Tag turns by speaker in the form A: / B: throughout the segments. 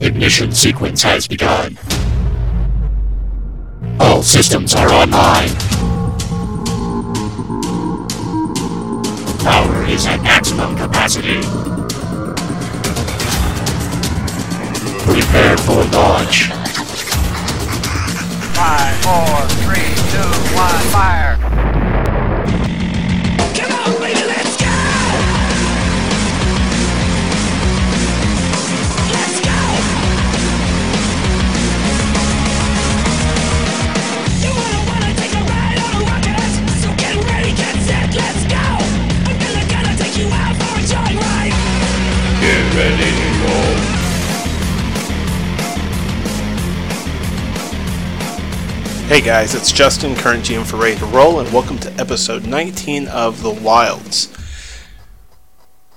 A: Ignition sequence has begun. All systems are online. Power is at maximum capacity. Prepare for launch.
B: Five, four, three, two, one, fire!
C: Get ready to roll.
D: Hey guys, it's Justin, current GM for Ready to Roll, and welcome to episode 19 of The Wilds.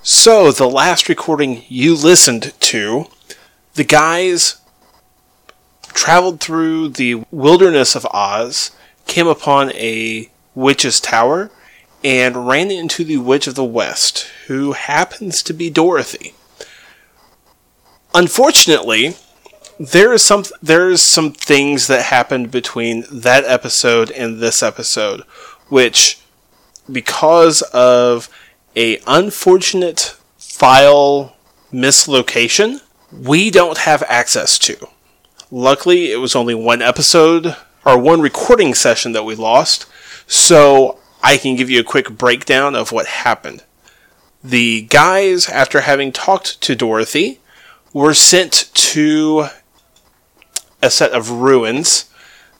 D: So, the last recording you listened to, the guys traveled through the wilderness of Oz, came upon a witch's tower, and ran into the Witch of the West, who happens to be Dorothy. Unfortunately, there is some there is some things that happened between that episode and this episode which because of a unfortunate file mislocation we don't have access to luckily it was only one episode or one recording session that we lost so i can give you a quick breakdown of what happened the guys after having talked to dorothy were sent to a set of ruins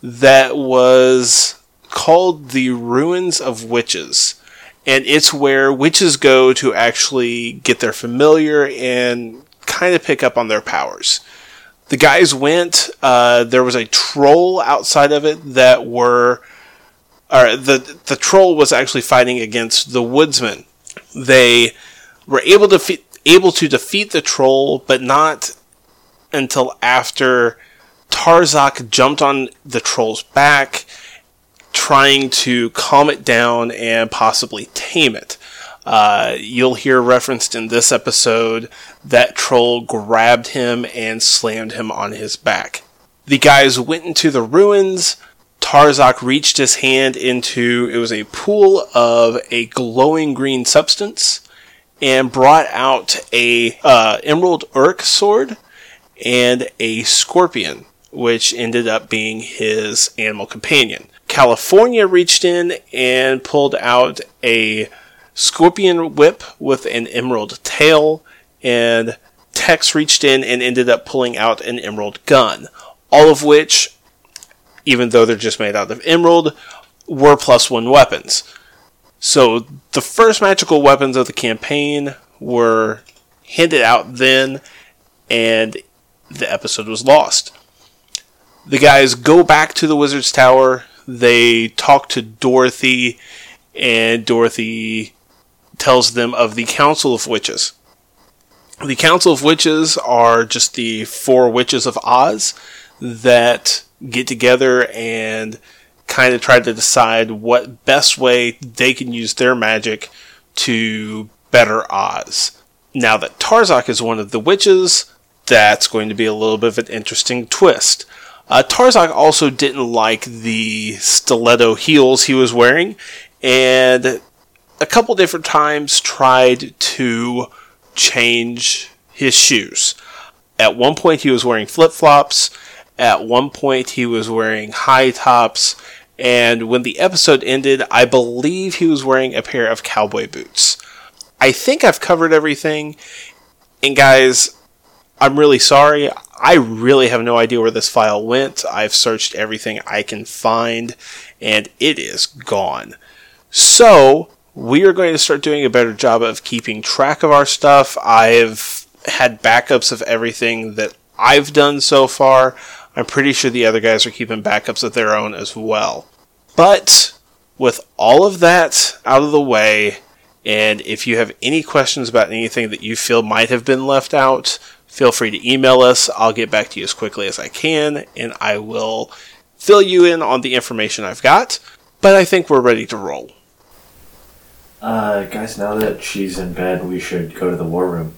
D: that was called the Ruins of Witches. And it's where witches go to actually get their familiar and kind of pick up on their powers. The guys went, uh, there was a troll outside of it that were. Or the, the troll was actually fighting against the woodsman. They were able to, fe- able to defeat the troll, but not until after Tarzak jumped on the troll's back, trying to calm it down and possibly tame it. Uh, you'll hear referenced in this episode that troll grabbed him and slammed him on his back. The guys went into the ruins. Tarzak reached his hand into it was a pool of a glowing green substance and brought out a uh, emerald urk sword and a scorpion, which ended up being his animal companion. California reached in and pulled out a scorpion whip with an emerald tail, and Tex reached in and ended up pulling out an emerald gun. All of which, even though they're just made out of emerald, were plus one weapons. So the first magical weapons of the campaign were handed out then, and the episode was lost. The guys go back to the Wizard's Tower. They talk to Dorothy, and Dorothy tells them of the Council of Witches. The Council of Witches are just the four witches of Oz that get together and kind of try to decide what best way they can use their magic to better Oz. Now that Tarzak is one of the witches, that's going to be a little bit of an interesting twist. Uh, Tarzak also didn't like the stiletto heels he was wearing, and a couple different times tried to change his shoes. At one point, he was wearing flip flops. At one point, he was wearing high tops. And when the episode ended, I believe he was wearing a pair of cowboy boots. I think I've covered everything. And guys, I'm really sorry. I really have no idea where this file went. I've searched everything I can find, and it is gone. So, we are going to start doing a better job of keeping track of our stuff. I've had backups of everything that I've done so far. I'm pretty sure the other guys are keeping backups of their own as well. But with all of that out of the way, and if you have any questions about anything that you feel might have been left out, feel free to email us. I'll get back to you as quickly as I can, and I will fill you in on the information I've got. But I think we're ready to roll.
E: Uh, guys, now that she's in bed, we should go to the war room.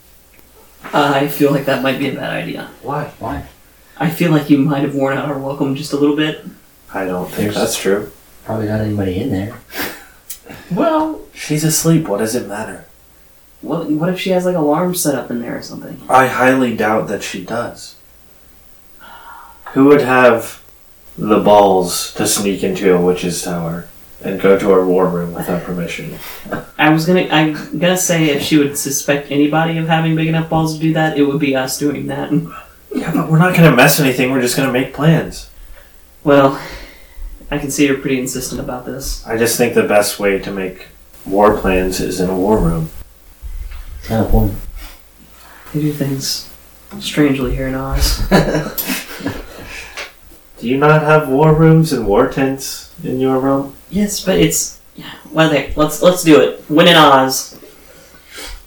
F: I feel like that might be a bad idea.
E: Why? Why?
F: I feel like you might have worn out our welcome just a little bit.
E: I don't think
G: There's-
E: that's true.
G: Probably not anybody in there.
F: Well,
E: She's asleep. What does it matter?
F: what, what if she has like alarms set up in there or something?
E: I highly doubt that she does. Who would have the balls to sneak into a witch's tower and go to her war room without permission?
F: I was gonna, I'm gonna say if she would suspect anybody of having big enough balls to do that, it would be us doing that.
E: Yeah, but we're not gonna mess anything. We're just gonna make plans.
F: Well, I can see you're pretty insistent about this.
E: I just think the best way to make war plans is in a war room.
G: It's not a woman.
F: They do things strangely here in Oz.
E: Do you not have war rooms and war tents in your room?
F: yes, but it's yeah. Well, there. Let's let's do it. Win in Oz.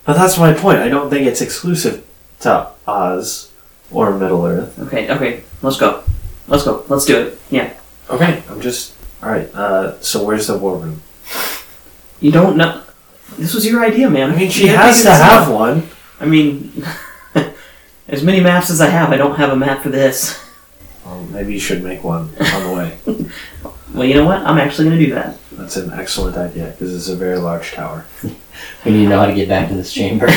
E: But that's my point. I don't think it's exclusive to Oz or Middle Earth.
F: Okay, okay. Let's go. Let's go. Let's do it. Yeah.
E: Okay, I'm just all right. Uh, so where's the war room?
F: You don't know. This was your idea, man.
E: I mean, she
F: You gotta
E: has
F: figure
E: to
F: this
E: have
F: out.
E: one.
F: I mean, as many maps as I have, I don't have a map for this.
E: Well, maybe you should make one on the way.
F: Well, you know what? I'm actually gonna do that.
E: That's an excellent idea because it's a very large tower.
G: We need to know how to get back to this chamber.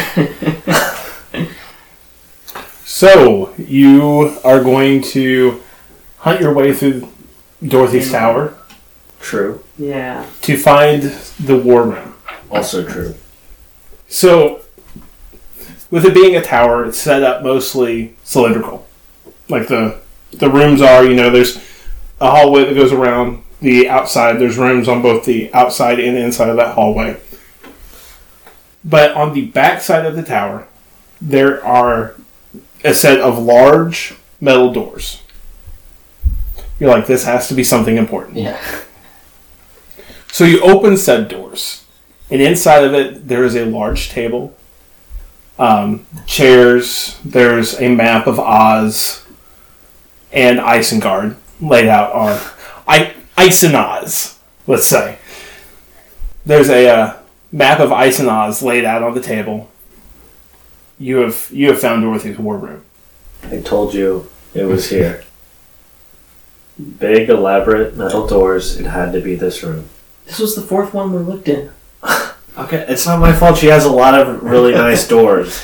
D: So you are going to hunt your way through Dorothy's tower
E: True.
F: Yeah.
D: to find the war room.
E: Also true.
D: So, with it being a tower, it's set up mostly cylindrical. Like the the rooms are, you know, there's a hallway that goes around the outside. There's rooms on both the outside and inside of that hallway. But on the back side of the tower, there are a set of large metal doors. You're like, this has to be something important.
G: yeah.
D: So you open said doors, and inside of it there is a large table, um, chairs. There's a map of Oz, and Isengard laid out on I Isenaz, let's say. There's a uh, map of Isenaz laid out on the table. You have you have found Dorothy's war room.
E: I told you it was here. Big elaborate metal doors. It had to be this room.
F: This was the fourth one we looked in.
E: Okay, it's not my fault. She has a lot of really nice doors.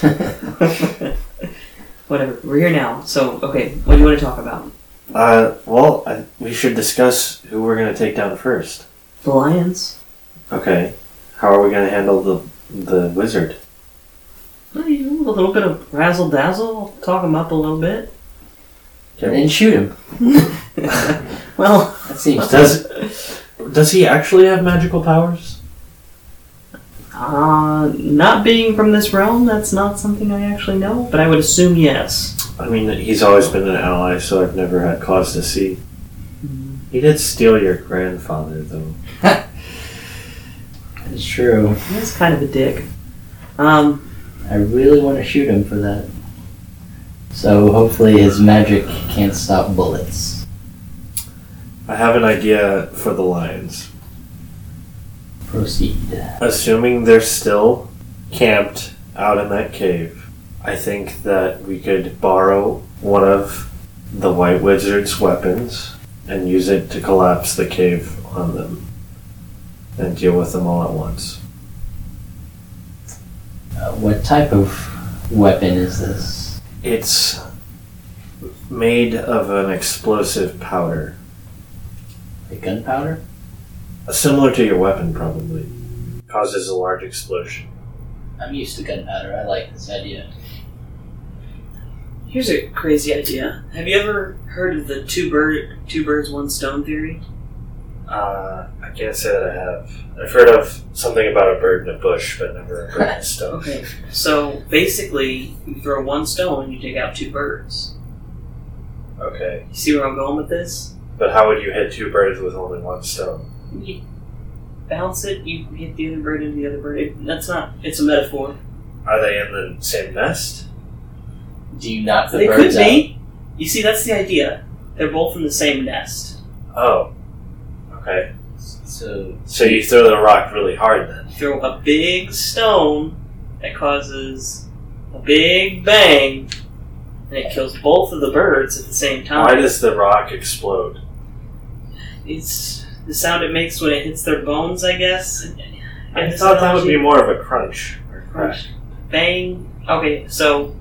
F: Whatever. We're here now. So, okay. What do you want to talk about?
E: Uh, well, I, we should discuss who we're gonna take down first.
F: The lions.
E: Okay, how are we gonna handle the the wizard?
F: Well, you know, A little bit of razzle dazzle, talk him up a little bit.
G: And then shoot him.
F: Well,
G: That seems
E: Does does he actually have magical powers?
F: uh, not being from this realm, that's not something I actually know, but I would assume yes.
E: I mean, he's always been an ally, so I've never had cause to see. He did steal your grandfather, though.
G: It's true.
F: He's kind of a dick. Um,
G: I really want to shoot him for that. So hopefully his magic can't stop bullets.
E: I have an idea for the lions.
G: Proceed. Uh,
E: Assuming they're still camped out in that cave, I think that we could borrow one of the White Wizard's weapons and use it to collapse the cave on them and deal with them all at once.
G: Uh, what type of weapon is this?
E: It's made of an explosive powder,
G: Like gunpowder?
E: similar to your weapon, probably. Causes a large explosion.
G: I'm used to gunpowder. I like this idea.
F: here's a crazy idea. Have you ever heard of the two bird, two birds, one stone theory?
E: Uh, I can't say that I have. I've heard of something about a bird in a bush, but never a bird in a stone.
F: Okay. So basically, you throw one stone, you take out two birds.
E: Okay,
F: You see where I'm going with this?
E: but how would you hit two birds with only one stone?
F: You bounce it, you hit the other bird and the other bird. It, that's not. It's a metaphor.
E: Are they in the same nest?
G: Do you knock the
F: they could
G: birds out?
F: be. You see, that's the idea. They're both in the same nest.
E: Oh, okay.
G: So
E: So you throw the rock really hard then?
F: You throw a big stone that causes a big bang, and it kills both of the birds at the same time.
E: Why does the rock explode?
F: It's the sound it makes when it hits their bones, I guess.
E: I thought that would be more of a crunch or crash.
F: Bang. Okay, so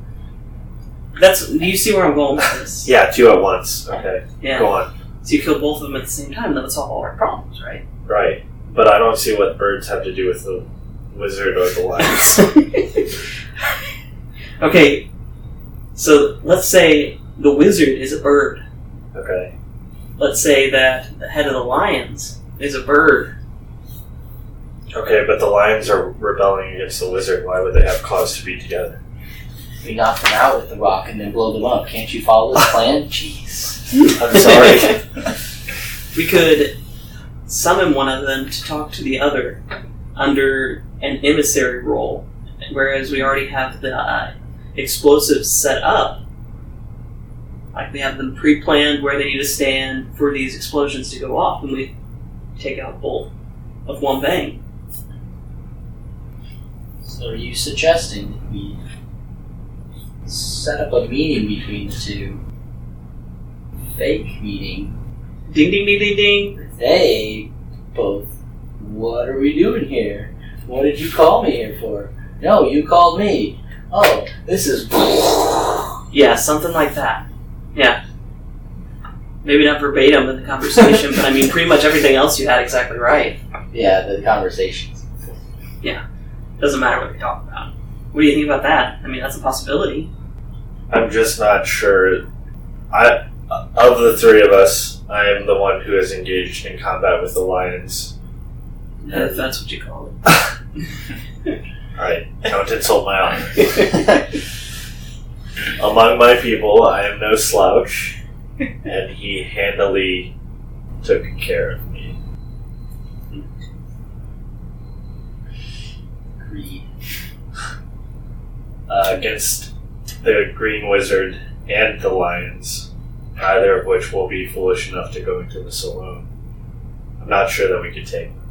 F: that's do you see where I'm going with this?
E: Yeah, two at once. Okay,
F: Yeah.
E: go on.
F: So you kill both of them at the same time, then would solve all our problems, right?
E: Right, but I don't see what birds have to do with the wizard or the lions.
F: okay, so let's say the wizard is a bird.
E: okay,
F: Let's say that the head of the lions is a bird.
E: okay, but the lions are rebelling against the wizard. Why would they have cause to be together?
G: We knocked them out with the rock and then blow them up. Can't you follow this plan? Jeez.
E: I'm sorry.
F: We could summon one of them to talk to the other under an emissary role, whereas we already have the uh, explosives set up. Like we have them pre planned where they need to stand for these explosions to go off, and we take out both of one bang.
G: So are you suggesting that we set up a meeting between the two? Fake meeting.
F: Ding ding ding ding ding.
G: They both. What are we doing here? What did you call me here for? No, you called me. Oh, this is.
F: Yeah, something like that. Yeah. Maybe not verbatim in the conversation, but I mean, pretty much everything else you had exactly right.
G: Yeah, the conversations.
F: Doesn't matter what they talk about. What do you think about that? I mean, that's a possibility.
E: I'm just not sure. I of the three of us, I am the one who is engaged in combat with the lions.
F: If that's what you call it.
E: All right, don't insult my honor. Among my people, I am no slouch, and he handily took care of me.
G: Greed.
E: Uh, against the Green Wizard and the Lions, neither of which will be foolish enough to go into this alone. I'm not sure that we could take them.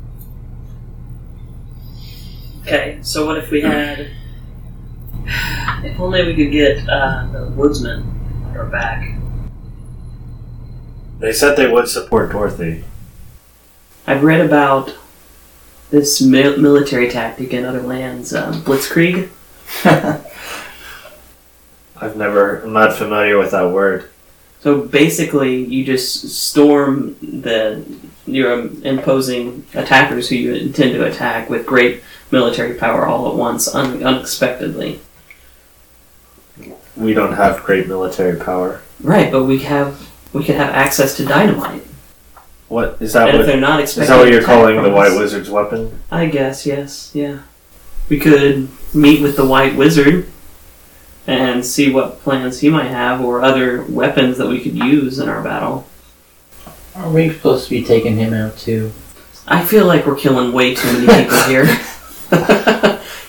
F: Okay, so what if we had. If only we could get uh, the woodsman on our back.
E: They said they would support Dorothy.
F: I've read about this mil- military tactic in other lands, uh, Blitzkrieg.
E: I've never, I'm not familiar with that word.
F: So basically, you just storm the your imposing attackers who you intend to attack with great military power all at once, un- unexpectedly.
E: We don't have great military power.
F: Right, but we have we could have access to dynamite,
E: What is that?
F: and if
E: What,
F: they're not expecting,
E: is that what you're
F: an attack
E: calling the
F: from
E: White
F: us-
E: Wizard's weapon?
F: I guess yes, yeah. We could meet with the White Wizard and see what plans he might have, or other weapons that we could use in our battle.
G: Are we supposed to be taking him out too?
F: I feel like we're killing way too many people here.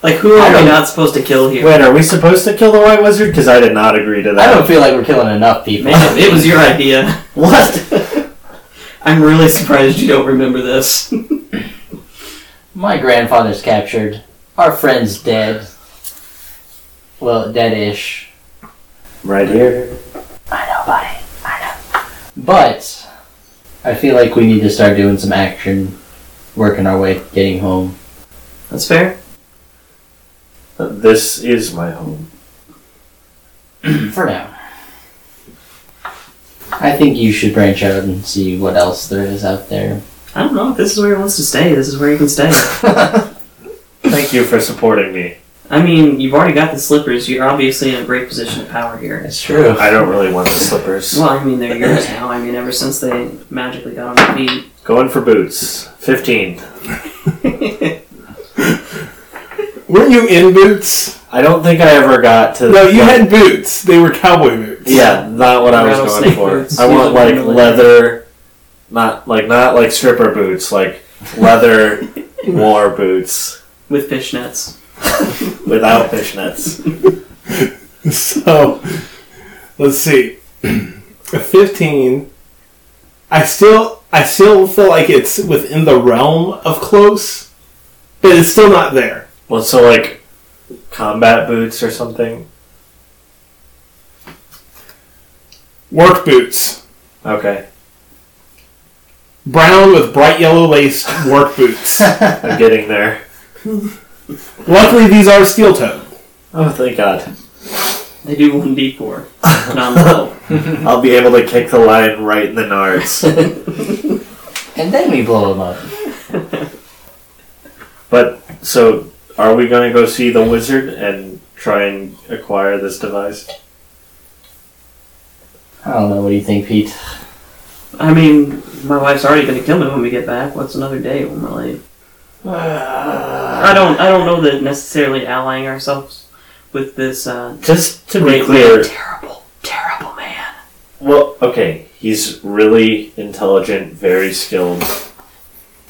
F: like, who
G: I
F: are we
G: don't-
F: not supposed to kill here?
E: Wait, are we supposed to kill the White Wizard? Because I did not agree to
G: I
E: that.
G: don't feel like we're killing enough people.
F: Man, it was your idea.
G: What?
F: I'm really surprised you don't remember this.
G: My grandfather's captured. Our friend's dead. Well, dead-ish.
E: Right here.
G: I know, buddy. I know. But I feel like we need to start doing some action, working our way to getting home.
F: That's fair.
E: This is my home.
G: For now. I think you should branch out and see what else there is out there.
F: I don't know if this is where he wants to stay. This is where he can stay.
E: Thank you for supporting me.
F: I mean, you've already got the slippers. You're obviously in a great position of power here.
G: It's true.
E: I don't really want the slippers.
F: Well, I mean, they're yours now. I mean, ever since they magically got on their feet.
E: Going for boots. 15.
D: Weren't you in boots?
E: I don't think I ever got to.
D: No, you had boots. They were cowboy boots.
E: Yeah, not what I was going
F: Rattlesnake
E: for.
F: boots.
E: I
F: You
E: want
F: look
E: like
F: familiar.
E: leather, not like not like stripper boots, like leather war boots
F: With fishnets.
E: without fishnets.
D: So, let's see. A Fifteen. I still, I still feel like it's within the realm of close, but it's still not there.
E: Well, so like combat boots or something?
D: Work boots.
E: Okay,
D: Brown with bright yellow laced work boots.
E: I'm getting there.
D: Luckily, these are steel toe.
E: Oh, thank God.
F: They do 1d4. Non level.
E: I'll be able to kick the lion right in the nards.
G: And then we blow him up.
E: But, so, are we going to go see the wizard and try and acquire this device?
G: I don't know. What do you think, Pete?
F: I mean, my wife's already going to kill me when we get back. What's another day when we're late? I don't. I don't know that necessarily allying ourselves with this uh,
E: Just to be
F: great
E: clear,
F: man, terrible, terrible man.
E: well, okay, he's really intelligent, very skilled,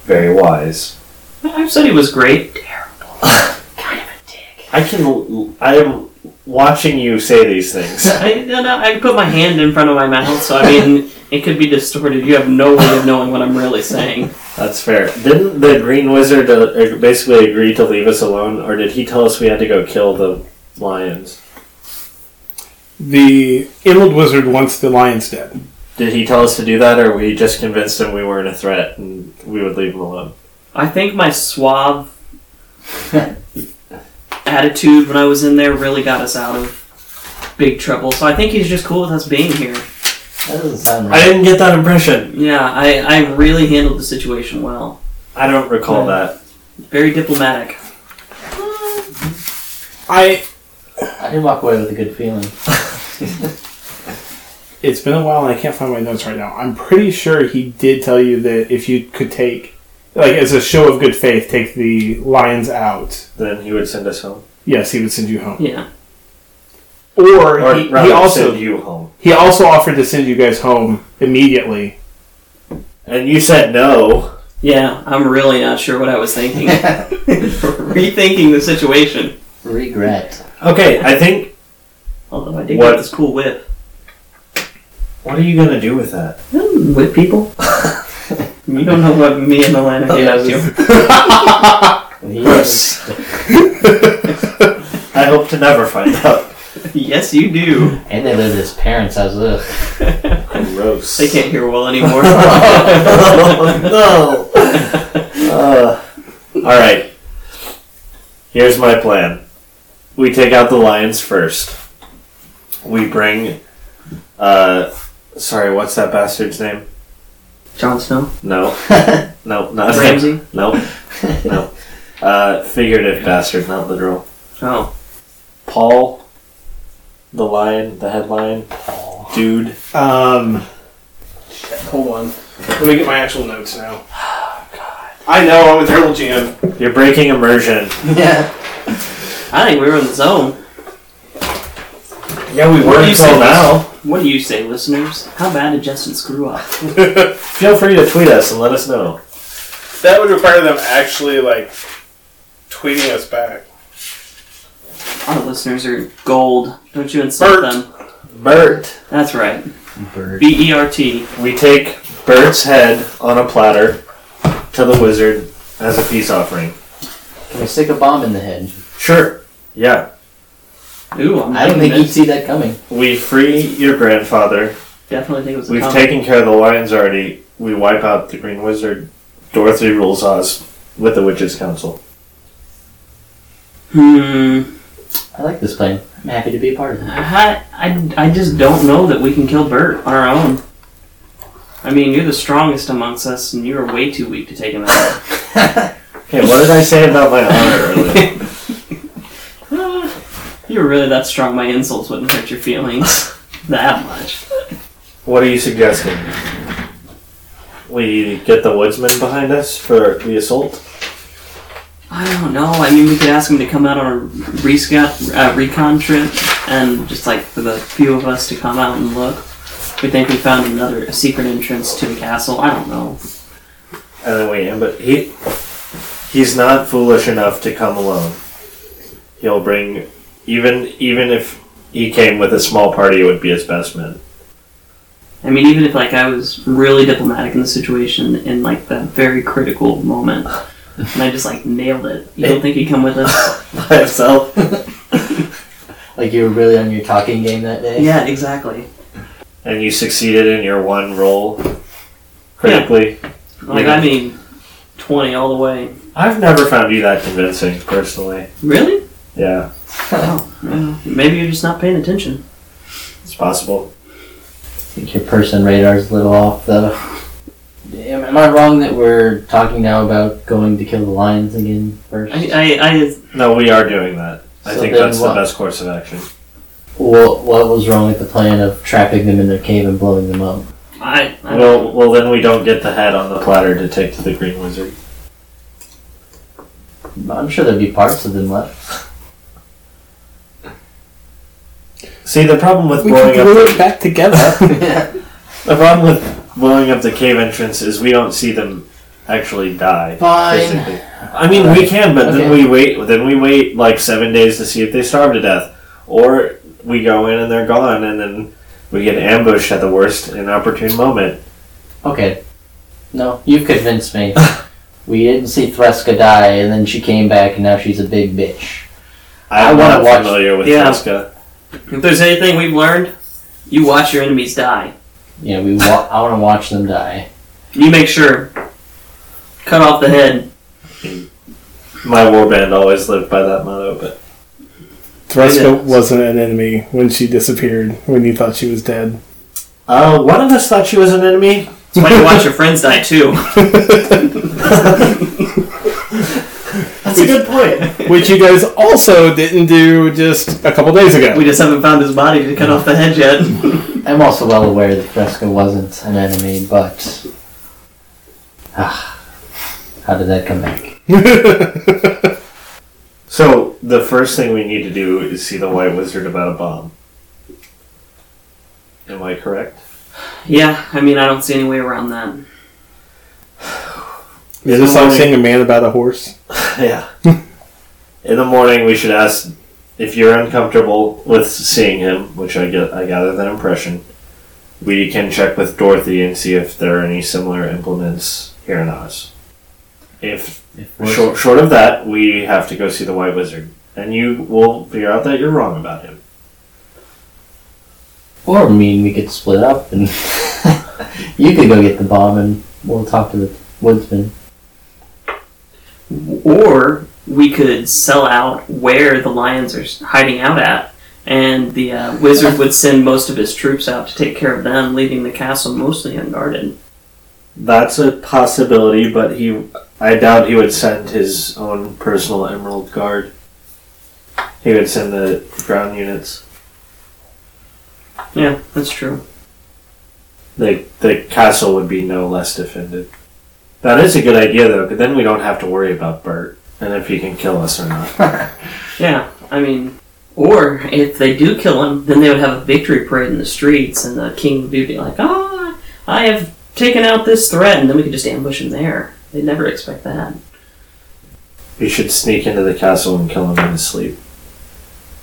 E: very wise.
F: I've said he was great. Terrible. kind of a dick.
E: I can. I am watching you say these things.
F: I, no, no, I put my hand in front of my mouth, so I mean, it could be distorted. You have no way of knowing what I'm really saying.
E: That's fair. Didn't the Green Wizard uh, basically agree to leave us alone, or did he tell us we had to go kill the lions?
D: The Emerald Wizard wants the lions dead.
E: Did he tell us to do that, or we just convinced him we weren't a threat and we would leave him alone?
F: I think my suave attitude when I was in there really got us out of big trouble. So I think he's just cool with us being here.
G: That doesn't sound
E: I
G: right.
E: didn't get that impression.
F: Yeah, I, I really handled the situation well.
E: I don't recall that.
F: Very diplomatic.
D: I.
G: I did walk away with a good feeling.
D: It's been a while and I can't find my notes right now. I'm pretty sure he did tell you that if you could take, like, as a show of good faith, take the lions out.
E: Then he would send us home,
D: Yes, he would send you home.
F: Yeah.
D: Or,
E: or
D: he, he
E: rather,
D: also
E: send you home.
D: he also offered to send you guys home immediately.
E: And you said no.
F: Yeah, I'm really not sure what I was thinking. Rethinking the situation.
G: Regret.
E: Okay, I think.
F: Although I did
E: What?
F: get this cool whip.
E: What are you gonna do with that?
F: Hmm, Whip people? you don't know what me and Elena get up to.
G: Yes.
E: I hope to never find out.
F: Yes, you do.
G: And they lived at his parents' house. Ugh.
E: Gross.
F: They can't hear well anymore.
E: no. Uh, all right. Here's my plan. We take out the lions first. We bring. Uh, sorry, what's that bastard's name?
F: Jon Snow?
E: No, no, not
F: Ramsey?
E: No, no. Uh, figurative bastard, not literal.
F: Oh.
E: Paul, the lion, the head lion, dude.
D: Um,
G: Hold on.
D: let me get my actual notes now. I know I'm a terrible GM.
E: You're breaking immersion.
G: Yeah.
F: I think we were in the zone.
E: Yeah, we were
F: What do you
E: until
F: say?
E: now.
F: What do you say, listeners? How bad did Justin screw up?
E: Feel free to tweet us and let us know.
D: That would require them actually like tweeting us back.
F: Our listeners are gold. Don't you
D: Bert.
F: insult them.
E: Bert.
F: That's right.
G: Bird.
F: B E R T.
E: We take Bert's head on a platter to the wizard as a peace offering.
G: Can we stick a bomb in the head?
E: Sure. Yeah.
F: Ooh, I'm
G: I don't
F: liking
G: think he'd
F: this.
G: see that coming.
E: We free your grandfather.
F: Definitely think it was a
E: We've
F: comic.
E: taken care of the lions already. We wipe out the green wizard. Dorothy rules Oz with the witches' council.
F: Hmm.
G: I like this plan. I'm happy to be a part of it.
F: I, I, I just don't know that we can kill Bert on our own. I mean, you're the strongest amongst us, and you're way too weak to take him out.
E: Okay, what did I say about my honor earlier?
F: Ah, if you were really that strong, my insults wouldn't hurt your feelings that much.
E: What are you suggesting? We get the woodsman behind us for the assault?
F: I don't know. I mean, we could ask him to come out on a resca- uh, recon trip, and just like for the few of us to come out and look. We think we found another a secret entrance to the castle. I don't know.
E: And then we am, but he he's not foolish enough to come alone. He'll bring even even if he came with a small party, it would be his best men.
F: I mean, even if like I was really diplomatic in the situation in like that very critical moment, And I just like nailed it. You don't think he'd come with us?
G: by himself. like you were really on your talking game that day.
F: yeah, exactly.
E: And you succeeded in your one roll critically.
F: Like I mean, twenty all the way.
E: I've never found you that convincing, personally.
F: Really?
E: Yeah,
F: Oh, well, maybe you're just not paying attention.
E: it's possible.
G: I think your person radar's a little off, though. Am, am I wrong that we're talking now about going to kill the lions again first?
F: I, I, I
E: No, we are doing that. I
G: So
E: think
G: then
E: that's
G: what?
E: the best course of action.
G: what, what was wrong with the plan of trapping them in their cave and blowing them up?
F: I, I
E: Well, well, then we don't get the head on the platter to take to the Green Wizard.
G: I'm sure there'd be parts of them left.
E: See, the problem with
D: We
E: blowing
D: can
E: up
D: glue it
E: the,
D: back together.
E: the problem with blowing up the cave entrance is we don't see them actually die.
G: Fine.
E: physically. I mean, we can, but then
G: Okay.
E: we wait. Then we wait like seven days to see if they starve to death, or we go in and they're gone, and then we get ambushed at the worst inopportune moment.
G: Okay. No, you've convinced me. we didn't see Threska die, and then she came back, and now she's a big bitch. I
E: I'm
G: wanna
E: not
G: watch-
E: familiar with
F: yeah.
E: Tuska.
F: If there's anything we've learned, you watch your enemies die.
G: Yeah, we. Wa- I want to watch them die.
F: You make sure. Cut off the head.
E: My warband always lived by that motto, but.
D: Threska wasn't an enemy when she disappeared, when you thought she was dead.
E: Uh, one of us thought she was an enemy.
F: That's why you watch your friends die too.
E: That's a good point.
D: Which you guys also didn't do just a couple days ago.
F: We just haven't found his body to cut off the head yet.
G: I'm also well aware that Fresca wasn't an enemy, but ah, how did that come back?
E: So the first thing we need to do is see the White Wizard about a bomb. Am I correct?
F: yeah, I mean, I don't see any way around that.
D: Is this like seeing a man about a horse?
E: Yeah. In the morning, we should ask if you're uncomfortable with seeing him, which I get. I gather that impression. We can check with Dorothy and see if there are any similar implements here in Oz. If
G: If we're-
E: Short, short of that, we have to go see the White Wizard, and you will figure out that you're wrong about him.
G: Or I mean, we could split up, and you could go get the bomb, and we'll talk to the woodsman.
F: Or we could sell out where the lions are hiding out at, and the uh, wizard would send most of his troops out to take care of them, leaving the castle mostly unguarded.
E: That's a possibility, but he, I doubt he would send his own personal Emerald Guard. He would send the ground units.
F: Yeah, that's true.
E: The the castle would be no less defended. That is a good idea, though, because then we don't have to worry about Bert and if he can kill us or not.
F: Yeah, I mean, or if they do kill him, then they would have a victory parade in the streets, and the king would be like, "Ah, I have taken out this threat," and then we could just ambush him there. They'd never expect that.
E: We should sneak into the castle and kill him in his sleep.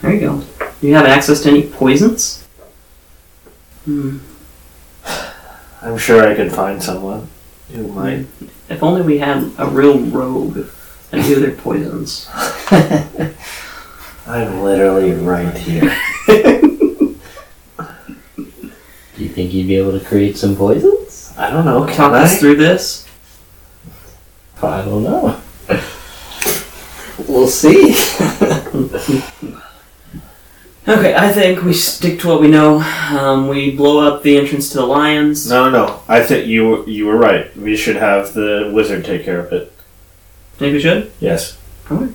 F: There you go. Do you have access to any poisons? Hmm.
E: I'm sure I could find someone who might.
F: If only we had a real rogue and knew their poisons.
E: I'm literally right here.
G: Do you think you'd be able to create some poisons?
E: I don't know. Can
F: Talk us
E: I?
F: through this.
G: I don't know. we'll see.
F: Okay, I think we stick to what we know. Um, we blow up the entrance to the lions.
E: No, no, no. I think you were- you were right. We should have the wizard take care of it.
F: Think we should?
E: Yes.
F: Okay.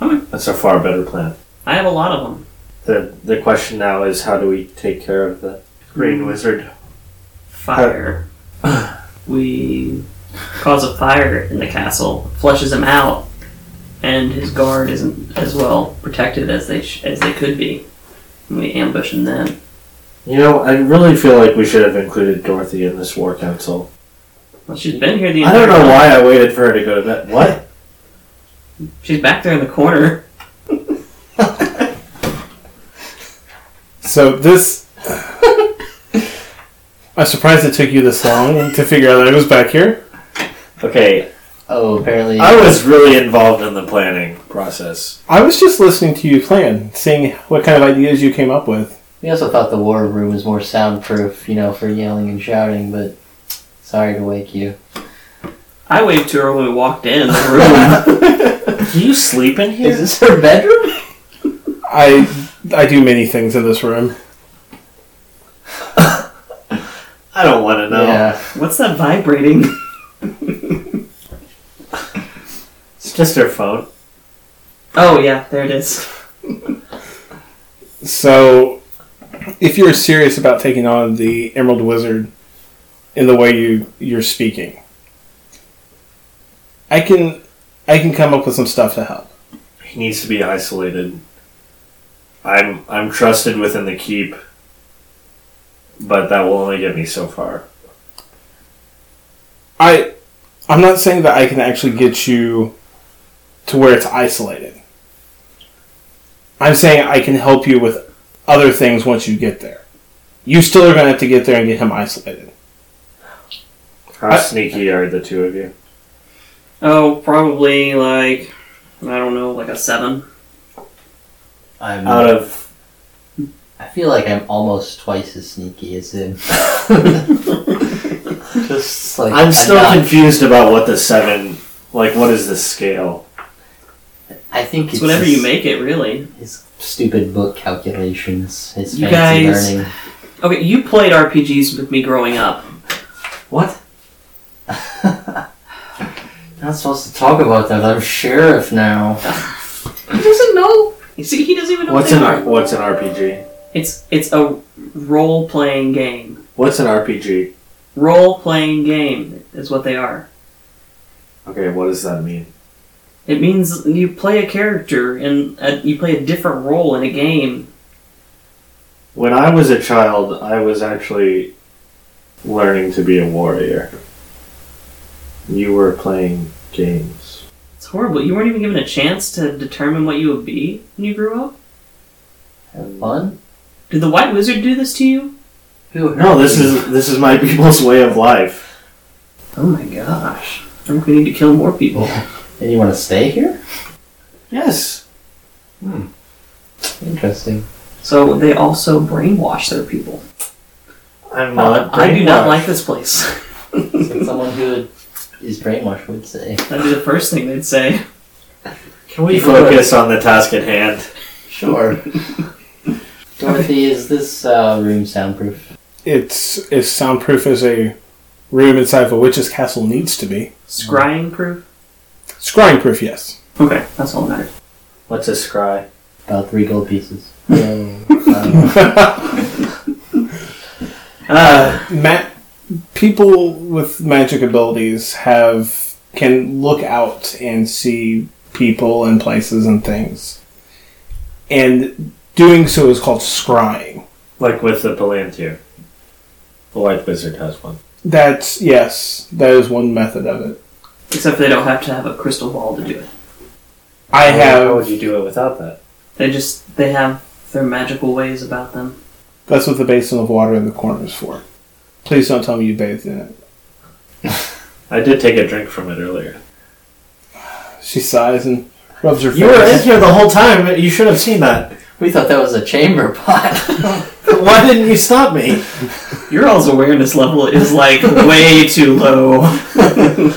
F: Okay.
E: That's a far better plan.
F: I have a lot of them.
E: the The question now is how do we take care of the
F: Hmm.
E: green wizard?
F: Fire. we cause a fire in the castle, flushes him out, and his guard isn't as well protected as they sh- as they could be. And we ambush him then.
E: You know, I really feel like we should have included Dorothy in this war council.
F: Well, she's been here the
E: I
F: entire
E: don't know
F: time.
E: why I waited for her to go to bed. What?
F: She's back there in the corner.
D: So this. I'm surprised it took you this long to figure out I was back here.
E: Okay.
G: Oh, apparently.
E: I was really involved in the planning process.
D: I was just listening to you plan, seeing what kind of ideas you came up with.
G: We also thought the war room was more soundproof, you know, for yelling and shouting, but sorry to wake you.
F: I waved to her when we walked in the room.
E: Do you sleep in
G: Is this her bedroom?
D: I I do many things in this room.
E: I don't want to know.
G: Yeah.
F: What's that vibrating?
E: It's just her phone.
F: Oh yeah, there it is.
D: So, if you're serious about taking on the Emerald Wizard in the way you you're speaking, I can I can come up with some stuff to help.
E: He needs to be isolated. I'm I'm trusted within the keep, but that will only get me so far.
D: I I'm not saying that I can actually get you to where it's isolated. I'm saying I can help you with other things once you get there. You still are going to have to get there and get him isolated.
E: How
D: I-
E: sneaky are the two of you?
F: Oh, probably like I don't know, like a seven.
G: I'm,
E: Out of
G: I feel like I'm almost twice as sneaky as him. Just like
E: I'm still
G: not-
E: confused about what the seven like. What is the scale?
G: I think it's,
F: It's whatever
G: his-
F: you make it, really.
G: His stupid book calculations. His
F: You
G: fancy
F: guys-
G: learning.
F: Okay, you played RPGs with me growing up.
G: What? Not supposed to talk about that. I'm sheriff now.
F: He doesn't know. You see, he doesn't even know
E: What's an
F: what they
E: R-
F: are.
E: What's an RPG?
F: It's it's a role playing game.
E: What's an RPG?
F: Role playing game is what they are.
E: Okay, what does that mean?
F: It means you play a character and uh you play a different role in a game.
E: When I was a child, I was actually learning to be a warrior. You were playing games.
F: It's horrible. You weren't even given a chance to determine what you would be when you grew up.
G: Have fun.
F: Did the White Wizard do this to you?
G: Who
E: No,
G: hurt
E: this
G: you?
E: is this is my people's way of life.
F: Oh my gosh! I think we need to kill more people.
G: And you want to stay here?
E: Yes.
G: Interesting.
F: So they also brainwash their people.
E: I'm not.
F: I do not
E: brainwashed.
F: like this place.
G: That's what someone who is brainwashed would say.
F: That'd be the first thing they'd say.
E: Can we focus on the task at hand?
G: Sure. Dorothy, is this uh, room soundproof?
D: It's as soundproof as a room inside of a witch's castle needs to be.
F: Scrying proof?
D: Scrying proof, yes.
F: Okay, that's all that matters.
E: What's a scry?
G: About three gold pieces. Um,
F: Uh,
D: Ma- people with magic abilities have can look out and see people and places and things, and doing so is called scrying.
E: Like with the palantir. The white wizard has one.
D: That's yes, that is one method of it.
F: except they don't have to have a crystal ball to do it.
D: I
E: How would
D: have.
E: you do it without that?
F: They just they have their magical ways about them.
D: That's what the basin of water in the corner is for. Please don't tell me you bathed in it.
E: I did take a drink from it earlier.
D: She sighs and rubs her face.
E: You were in here the whole time. You should have seen that.
G: we thought that was a chamber pot.
E: Why didn't you stop me?
F: Your all's awareness level is like way too low. Am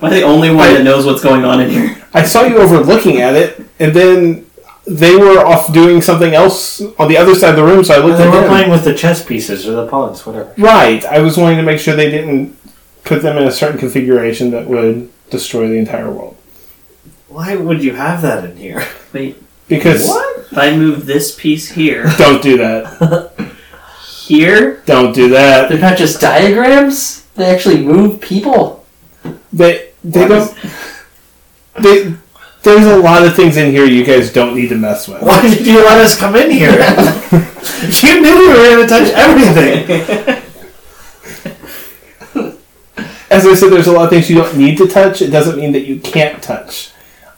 F: I the only one that knows what's going on in here?
D: I saw you over looking at it, and then they were off doing something else on the other side of the room. So I looked
E: They
D: at
E: were
D: them.
E: playing with the chess pieces or the pawns, whatever.
D: Right. I was wanting to make sure they didn't put them in a certain configuration that would destroy the entire world.
E: Why would you have that in here?
F: Wait,
D: Because
F: if I move this piece here,
D: don't do that.
F: here,
D: Don't do that.
G: They're not just diagrams, they actually move people.
D: They they
G: What
D: don't. They there's a lot of things in here you guys don't need to mess with.
E: Why did you let us come in here? you knew we were going to touch everything.
D: As I said, there's a lot of things you don't need to touch. It doesn't mean that you can't touch.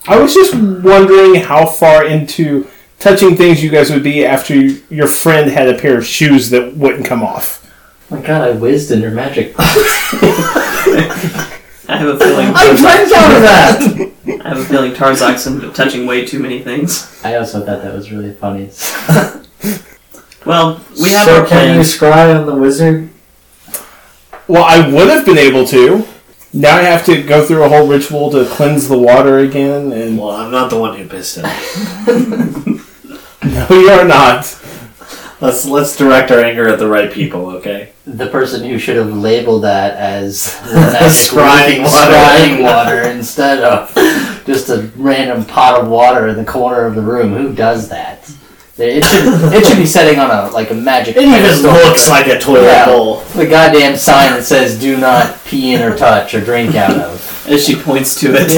D: I was just wondering how far into touching things you guys would be after you, your friend had a pair of shoes that wouldn't come off.
G: Oh my god, I whizzed in her magic.
F: I have a feeling.
H: I timed out of that!
F: I have a feeling Tarzak's been touching way too many things.
G: I also thought that was really funny.
F: Well, we have
E: so
F: our
E: can you
F: plans.
E: scry on the wizard?
D: Well, I would have been able to. Now I have to go through a whole ritual to cleanse the water again, and
E: Well, I'm not the one who pissed him.
D: no, you are not.
E: let's let's direct our anger at the right people, okay?
G: the person who should have labeled that as the magic
E: Scrying
G: leaking
E: water.
G: scrying water instead of just a random pot of water in the corner of the room. Who does that? It should, it should be setting on a like a magic.
E: It even
G: pedestal.
E: looks like a toilet
G: Yeah.
E: bowl.
G: The goddamn sign that says "Do not pee in or touch or drink out of."
F: As she points to it.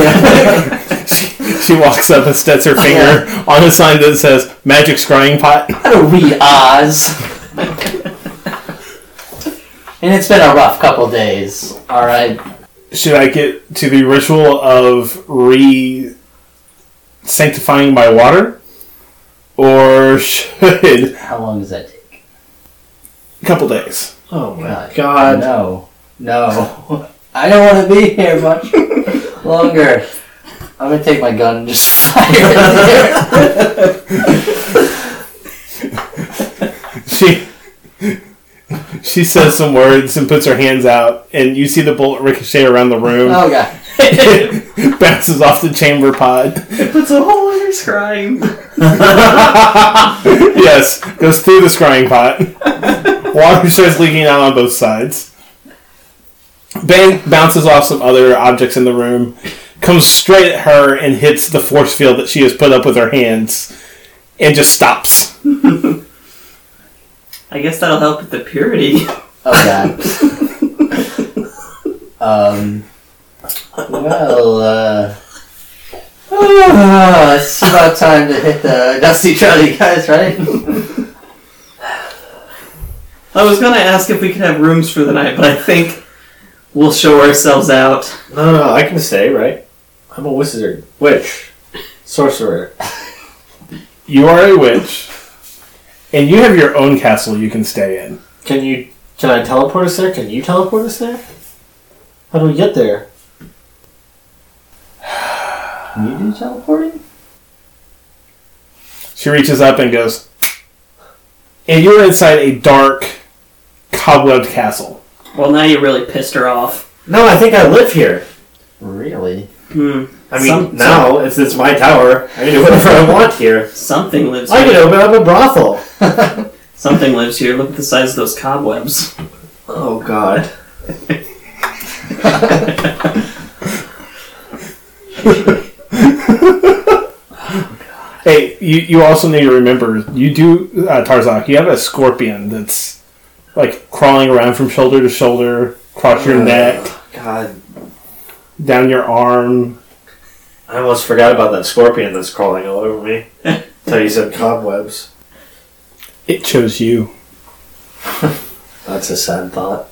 D: She walks up and sets her finger on a sign that says "Magic Scrying Pot."
G: What a wee Oz. and it's been a rough couple days. All right,
D: Should I get to the ritual of re sanctifying my water, or should
G: how long does that take?
D: a couple days?
E: Oh my
G: God.
E: god.
G: No, no. I don't want to be here much longer. I'm gonna take my gun and just fire it there.
D: She she says some words and puts her hands out, and you see the bullet ricochet around the room.
G: Oh god.
D: It bounces off the chamber pod.
F: Puts a hole in her scrying.
D: yes, goes through the scrying pot. Water starts leaking out on both sides. Bang bounces off some other objects in the room, comes straight at her and hits the force field that she has put up with her hands, and just stops.
F: I guess that'll help with the purity.
G: Oh god. Um. Well, uh. ah, it's about time to hit the dusty trolley, guys, right?
F: I was gonna ask if we could have rooms for the night, but I think we'll show ourselves out.
E: No, no, no, I can stay, right? I'm a wizard. Witch. Sorcerer.
D: You are a witch, and you have your own castle you can stay in.
E: Can you can I teleport us there? Can you teleport us there? How do we get there?
G: You do teleporting?
D: She reaches up and goes, and you're inside a dark, cobwebbed castle.
F: Well, now you really pissed her off.
E: No, I think I live here.
G: Really?
F: Hmm.
E: I mean,
F: Some-
E: now, if it's my tower, I can do whatever I want here.
F: Something lives
E: I
F: here.
E: can open up a brothel.
F: Something lives here. Look at the size of those cobwebs.
E: Oh, God.
D: Hey, you, you also need to remember you do uh, Tarzak. You have a scorpion that's like crawling around from shoulder to shoulder, across your neck,
E: Uh, God.
D: down your arm.
E: I almost forgot about that scorpion that's crawling all over me. Until you said cobwebs.
D: It chose you.
E: That's a sad thought.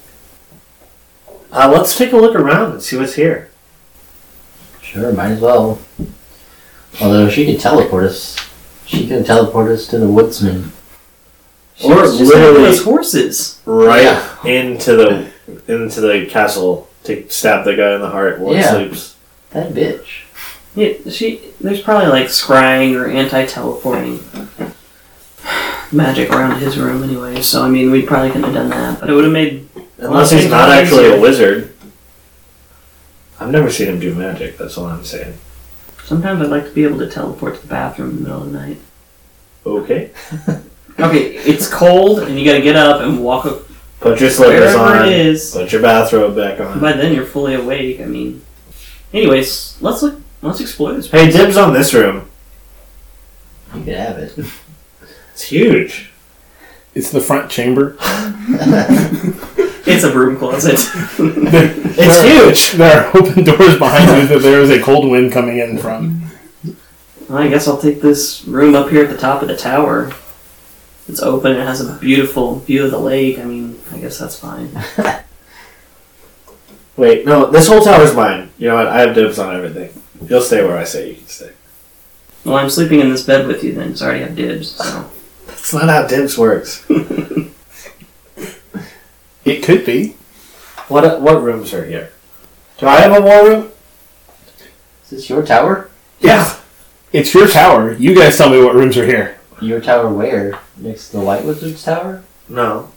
E: Uh, let's take a look around and see what's here.
G: Sure, might as well. Although she could teleport us. She could teleport us to the woodsman.
E: or
F: It's just like
E: literally
F: those horses.
E: right
G: Yeah.
E: into the into the castle to stab the guy in the heart while
G: Yeah.
E: he sleeps.
G: That bitch.
F: Yeah, she. There's probably like scrying or anti-teleporting magic around his room anyway. So I mean, we probably couldn't have done that, but it would have made.
E: Unless
F: Well,
E: he's not
F: it's
E: actually a
F: easier.
E: wizard. I've never seen him do magic. That's all I'm saying.
F: Sometimes I'd like to be able to teleport to the bathroom in the middle of the night.
E: Okay,
F: Okay, it's cold, and you gotta get up and walk up
E: put your slippers
F: wherever it
E: on.
F: is.
E: Put your bathrobe back on.
F: By then, you're fully awake. I mean, anyways, let's look. Let's explore this.
E: Hey, dibs on this room.
G: You could have it.
E: It's huge.
D: It's the front chamber.
F: It's a broom closet.
E: It's huge.
D: There are open doors behind you that there is a cold wind coming in from.
F: I guess I'll take this room up here at the top of the tower. It's open. It has a beautiful view of the lake. I mean, I guess that's fine.
E: Wait, no, this whole tower's mine. You know what? I have dibs on everything. You'll stay where I say you can stay.
F: Well, I'm sleeping in this bed with you then. 'cause I already have dibs. So
E: That's not how dibs works.
D: It could be.
E: What what rooms uh, are here? Do I have a war room?
I: Is this your tower?
D: Yeah. It's your tower. You guys tell me what rooms are here.
I: Your tower where? Next to the White Wizard's tower?
E: No.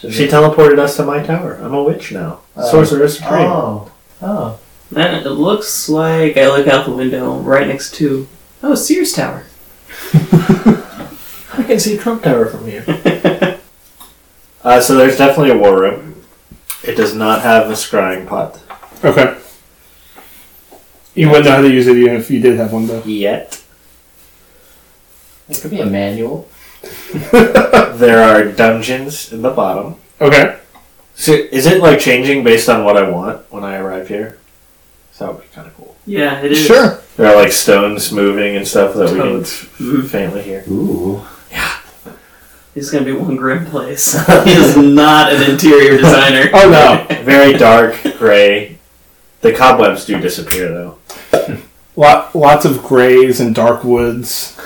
I: Just a
E: She
I: bit-
E: teleported us to my tower. I'm a witch now.
I: Oh.
E: Sorceress Supreme.
I: Oh. Oh.
F: And it looks like I look out the window right next to oh Sears Tower.
E: I can see Trump Tower from here. uh, so there's definitely a war room. It does not have a scrying pot
D: Okay. You wouldn't know how to use it even if you did have one, though.
E: yet.
I: It could be a manual.
E: There are dungeons in the bottom.
D: Okay.
E: So is it like changing based on what I want when I arrive here? So that would be kind of cool.
F: Yeah, it is.
E: There are like stones moving and stuff that we can
F: Stones.
E: f- faintly hear.
I: Ooh.
F: It's gonna be one grim place. he is not an interior designer.
D: Oh, no.
E: Very dark gray. The cobwebs do disappear though.
D: Lot, lots of grays and dark woods.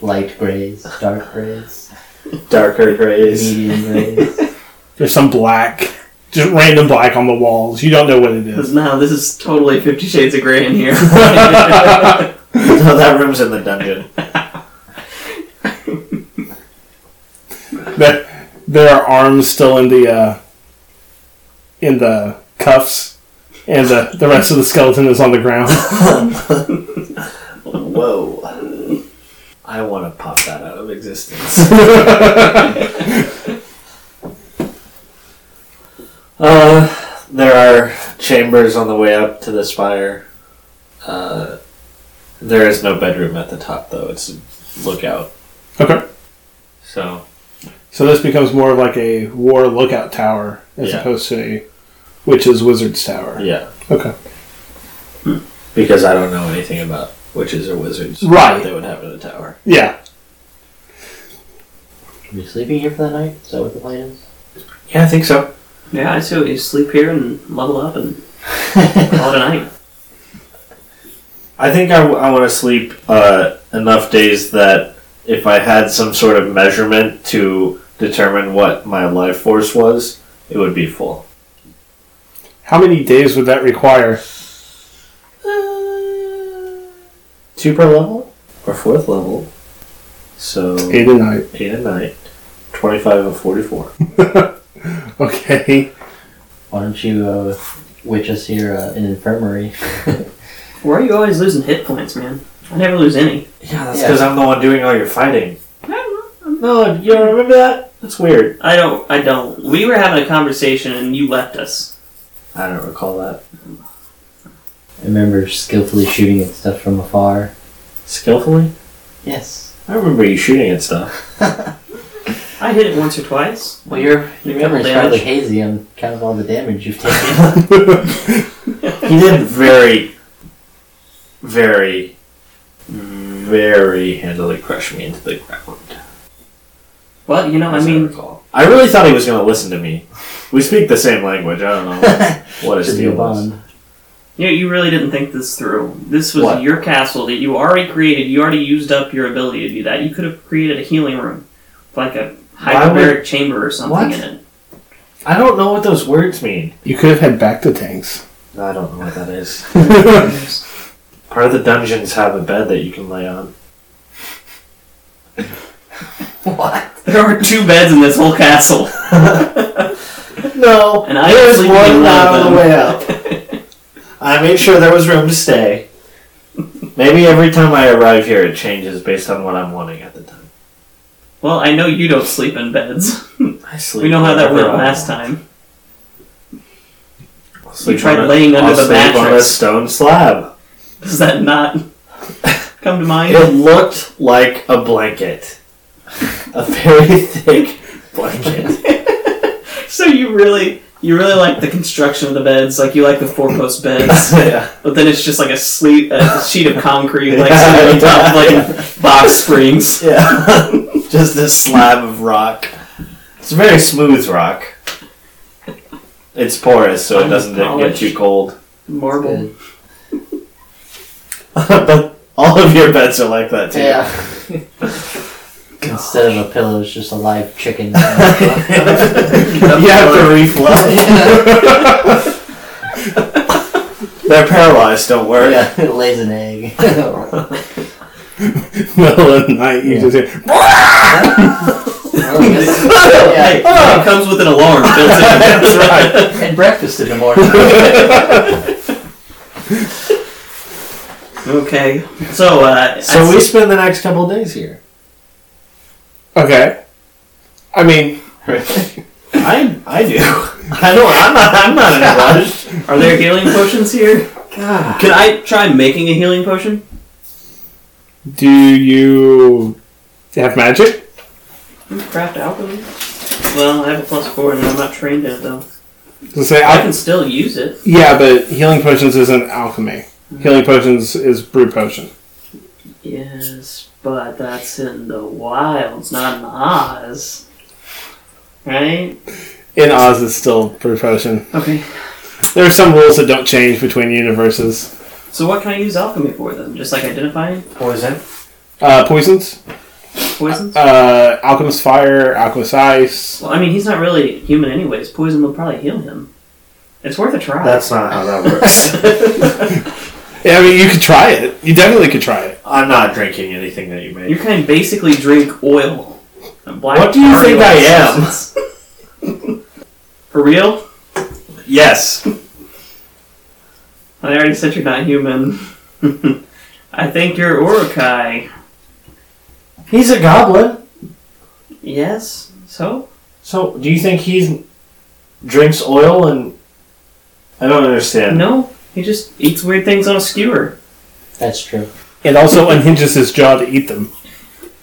I: Light grays, dark grays,
E: Darker grays.
I: medium grays.
D: There's some black. Just random black on the walls. You don't know what it is.
F: Because now this is totally Fifty Shades of Grey in here.
E: no, that room's in the dungeon.
D: There, there are arms still in the uh, in the cuffs, and the, the rest of the skeleton is on the ground.
E: Whoa. I want to pop that out of existence. uh, there are chambers on the way up to the spire. Uh, there is no bedroom at the top, though. It's a lookout.
D: Okay.
E: So,
D: So this becomes more of like a war lookout tower as
E: Yeah.
D: opposed to a witch's wizard's tower.
E: yeah.
D: Okay.
E: Because I don't know anything about witches or wizards.
D: Right.
E: that They would have in the tower.
D: Yeah.
I: Are you sleeping here for the night? Is that what the plan is?
E: Yeah, I think so.
F: yeah, I say you sleep here and level up and call it a night.
E: I think I, want to sleep uh, enough days that if I had some sort of measurement to determine what my life force was, it would be full.
D: How many days would that require?
E: Two per level? Or fourth level. So,
D: Eight a night.
E: eight and nine. 25 and 44.
D: Okay.
I: Why don't you uh, witch us here uh, in infirmary?
F: Why are you always losing hit points, man? I never lose any.
E: Yeah, that's
I: Yeah.
E: because I'm the one doing all your fighting.
F: I don't know.
E: No, you don't remember that? That's weird.
F: I don't. I don't. We were having a conversation and you left us.
E: I don't recall that.
I: I remember skillfully shooting at stuff from afar.
E: Skillfully?
I: Yes.
E: I remember you shooting at stuff.
F: I hit it once or twice.
I: Well, your,
F: You
I: your
F: got
I: memory's
F: damage.
I: probably hazy on account of all the damage you've taken.
E: He did very, very, very handily crush me into the ground.
F: Well, you know, I
E: as
F: mean,
E: recall. I really thought he was going to listen to me. We speak the same language. I don't know what his
I: Should be a
E: deal was.
I: bond.
F: You, you really didn't think this through. This was
E: What?
F: your castle that you already created. You already used up your ability to do that. You could have created a healing room, like a
E: Why would-
F: hyperbaric chamber or something
E: What?
F: in it.
E: I don't know what those words mean.
D: You could have had back to tanks.
E: I don't know what that is. Part of the dungeons have a bed that you can lay on.
I: What?
F: There are two beds in this whole castle.
E: No,
F: And I there's sleep in one one of out of the them. way
E: up. I made sure there was room to stay. Maybe every time I arrive here, it changes based on what I'm wanting at the time.
F: well, I know you don't sleep in beds.
E: I sleep.
F: we know how that
E: whenever
F: went
E: I
F: last
E: want.
F: time.
E: Sleep
F: tried
E: on a-
F: laying under
E: I'll
F: the
E: sleep on a
F: mattress.
E: stone slab.
F: Does that not come to mind?
E: It looked like a blanket. A very thick blanket.
F: So you really, you really like the construction of the beds. Like you like the four post beds.
E: yeah.
F: But then it's just like a sleep, a sheet of concrete, like
E: Yeah,
F: sitting on top,
E: yeah.
F: like box springs.
E: Yeah. Just this slab of rock. It's a very smooth rock. It's porous, so it doesn't get
F: Unpolished.
E: too cold.
F: Marble.
I: Good.
E: but all of your beds are like that too.
I: Yeah. Instead of a pillow, it's just a live chicken. yeah.
E: you have to reflow. They're paralyzed, don't worry.
G: Yeah, it lays an egg. Well,
D: Middle of the night, you just hear.
G: I guess- yeah,
F: It comes with an alarm built in.
D: That's right.
G: and breakfast in the morning.
F: okay. So, uh,
E: So
F: I-
E: we spend the next couple days here.
D: Okay. I mean,
E: I I do. I don't. I'm not. I'm not in a rush.
F: are there healing potions here?
E: God.
F: Can I try making a healing potion?
D: do you have magic?
F: Can you Hmm, Craft alchemy. Well, I have a plus four, and I'm not trained in it though.
D: So say
F: I
D: al-
F: can still use it.
D: yeah, but healing potions isn't alchemy.
E: Mm-hmm.
D: Healing potions is brew potion.
F: Yes, but that's in the wilds, not in Oz. Right?
D: In Oz, it's still brew potion.
F: Okay.
D: There are some rules that don't change between universes.
F: So what can I use alchemy for then? Just like identifying
E: Poison.
D: Uh, poisons,
F: poisons?
D: uh, alchemist fire, alchemist ice.
F: Well, I mean, he's not really human anyways. Poison will probably heal him. It's worth a try.
E: That's not how that works.
D: Yeah, I mean, you could try it. You definitely could try it.
E: I'm not drinking anything that you
F: You
E: make.
F: can basically drink oil. And black
E: What do you
F: tar
E: think
F: oil
E: I am?
F: substance. For real?
E: Yes.
F: I already said you're not human. I think you're Urukai.
E: He's a goblin.
F: Yes? So?
E: So do you think he's drinks oil and? I don't understand.
F: No. He just eats weird things on a skewer.
G: That's true.
D: It also unhinges his jaw to eat them.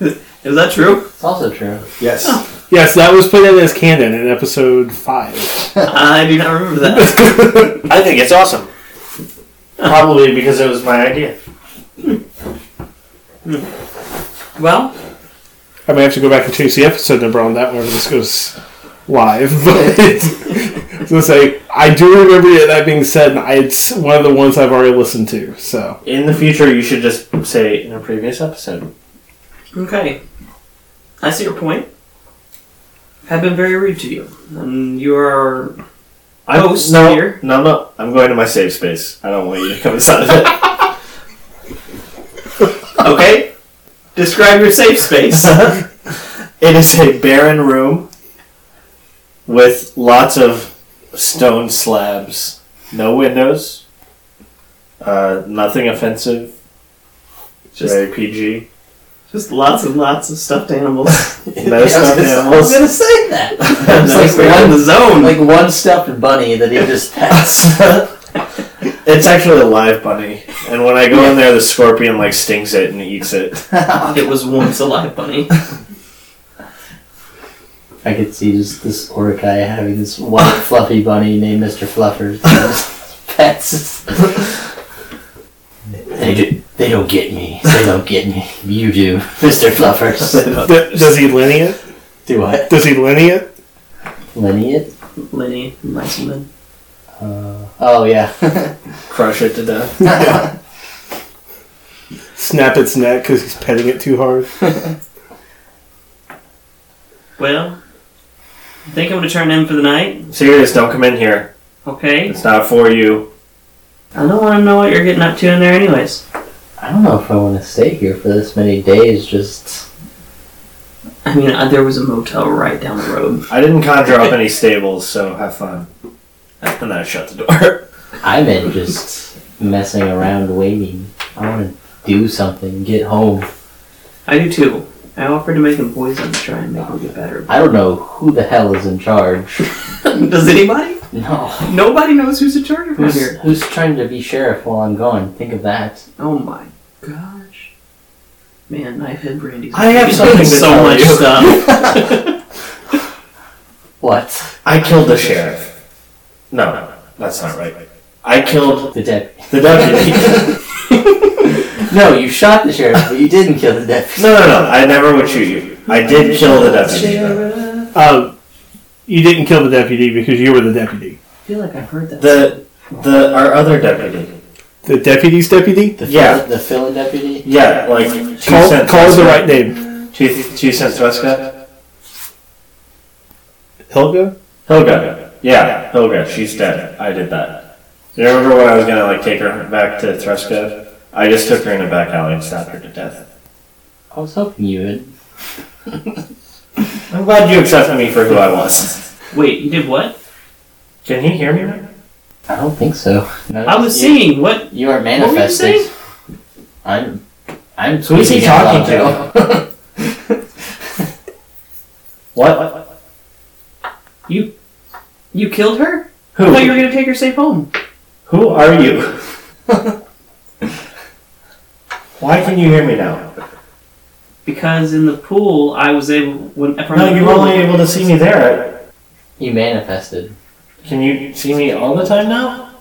F: Is that true?
G: It's also true.
E: Yes.
D: Yes, that was put in as canon in episode five.
F: I do not remember that.
E: I think it's awesome. Probably because it was my idea.
F: Well,
D: I may have to go back and change the episode number on that whenever this goes live. But I was gonna say I do remember it, that being said. And I, it's one of the ones I've already listened to. So
E: In the future, you should just say in a previous episode.
F: okay. I see your point. I've been very rude to you. And you are
E: I'm,
F: Oh,
E: no,
F: smear.
E: no, no. I'm going to my safe space. I don't want you to come inside of it.
F: Okay. Describe your safe space.
E: it is a barren room with lots of stone slabs, no windows, uh, nothing offensive.
F: Just-
E: very PG.
F: Just lots and lots of stuffed animals.
E: No stuffed animals.
G: gonna say that.
F: It's like
G: Like
F: we're in the zone.
G: Like one stuffed bunny that he just pets.
E: It's actually a live bunny, and when I go in there, the scorpion like stings it and eats it.
F: it was once a live bunny.
G: I could see just this Orakai having this white fluffy bunny named Mr. Fluffers. pets. They, do, they don't get me. They don't get me. You do, Mr. Fluffers.
D: D- does he lineate?
G: do what?
D: Does he lineate?
G: Lineage?
F: Lenny, nice man.
G: Oh, yeah.
E: Crush it to death.
D: Snap its neck because he's petting it too hard.
F: Well, I think I'm gonna turn in for the night.
E: Serious, don't come in here.
F: Okay.
E: It's not for you.
F: I don't want to know what you're getting up to in there, anyways.
G: I don't know if I want to stay here for this many days. Just
F: I mean, uh, there was a motel right down the road.
E: I didn't conjure up any stables, so have fun. And then I shut the door.
G: I've been just messing around, waiting. I want to do something. Get home.
F: I do too. I offered to make him poison to try and make him get better.
G: I don't know who the hell is in charge.
F: Does anybody?
G: No.
F: Nobody knows who's in charge around
G: Who's,
F: here.
G: who's trying to be sheriff while I'm gone? Think of that.
F: Oh my gosh. Man, I've had brandy.
E: I have something to
F: so
E: tell
F: much
E: you.
F: stuff.
G: What?
E: I killed the sheriff. No, no, that's not right. I killed
G: The deputy.
E: the deputy.
G: No, you shot the sheriff, but you didn't kill the deputy.
E: no, no, no. I never would shoot you. I did kill the deputy.
D: Um, you didn't kill the deputy because you were the deputy.
F: I feel like I've heard that.
E: The the our other deputy.
D: The deputy's deputy.
G: The
E: Yeah.
G: Phil- the filling deputy.
E: Yeah, like two
D: Call,
E: cents.
D: call the right name.
E: Two, two cents Weska.
D: Helga.
E: Hilga. Yeah, Hilga. She's dead. I did that. You remember when I was gonna like take her back to Thresco? I just took her in a back alley and stabbed her to death.
G: I was hoping you would.
E: I'm glad you accepted me for who I was.
F: Wait, you did what?
E: Can he hear me? right now?
G: I don't think so. No,
F: I was
G: you,
F: seeing what?
G: You are
F: were you
G: manifesting.
F: saying?
G: I'm. I'm.
E: Who is he
G: tweeting
E: talking
G: out loud.
E: What?
F: You killed her? I thought you were
E: Who?
F: going to take her safe home.
E: Who are you? Why can you hear me now?
F: Because in the pool, I was able. When, from
E: No,
F: the
E: you were
F: pool,
E: only able to see me there.
G: you manifested.
E: Can you see me all the time now?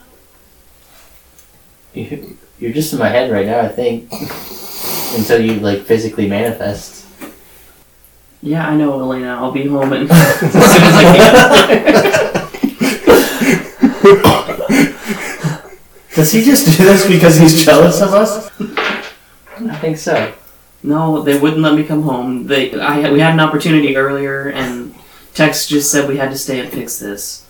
G: You, you're just in my head right now. I think until you like physically manifest.
F: Yeah, I know, Elena. I'll be home and as soon as I can.
E: Does he just do this because he's jealous of us?
G: I think so.
F: No, they wouldn't let me come home. They, I, we had an opportunity earlier, and Tex just said we had to stay and fix this.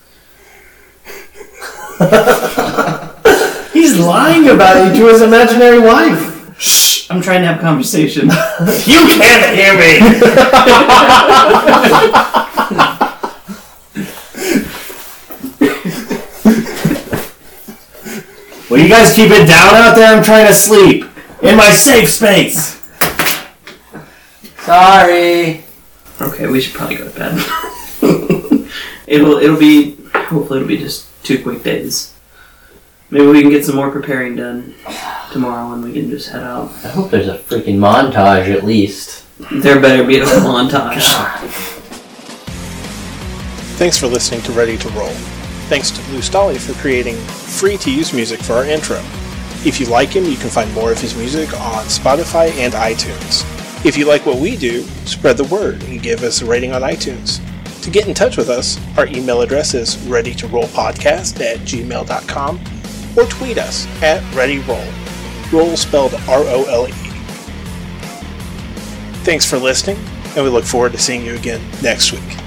E: He's lying about you to his imaginary wife.
F: Shh, I'm trying to have a conversation.
E: You can't hear me. Will you guys keep it down out there? I'm trying to sleep in my safe space.
G: Sorry.
F: okay, we should probably go to bed. it'll it'll be hopefully it'll be just two quick days. Maybe we can get some more preparing done tomorrow, and we can just head out.
G: I hope there's a freaking montage at least.
F: There better be a montage.
J: Thanks for listening to Ready to Roll. Thanks to Lou Stolly for creating free to use music for our intro. If you like him, you can find more of his music on Spotify and iTunes. If you like what we do, spread the word and give us a rating on iTunes. To get in touch with us, our email address is readytorollpodcast at gmail.com or tweet us at readyroll. Roll spelled R O L E. Thanks for listening, and we look forward to seeing you again next week.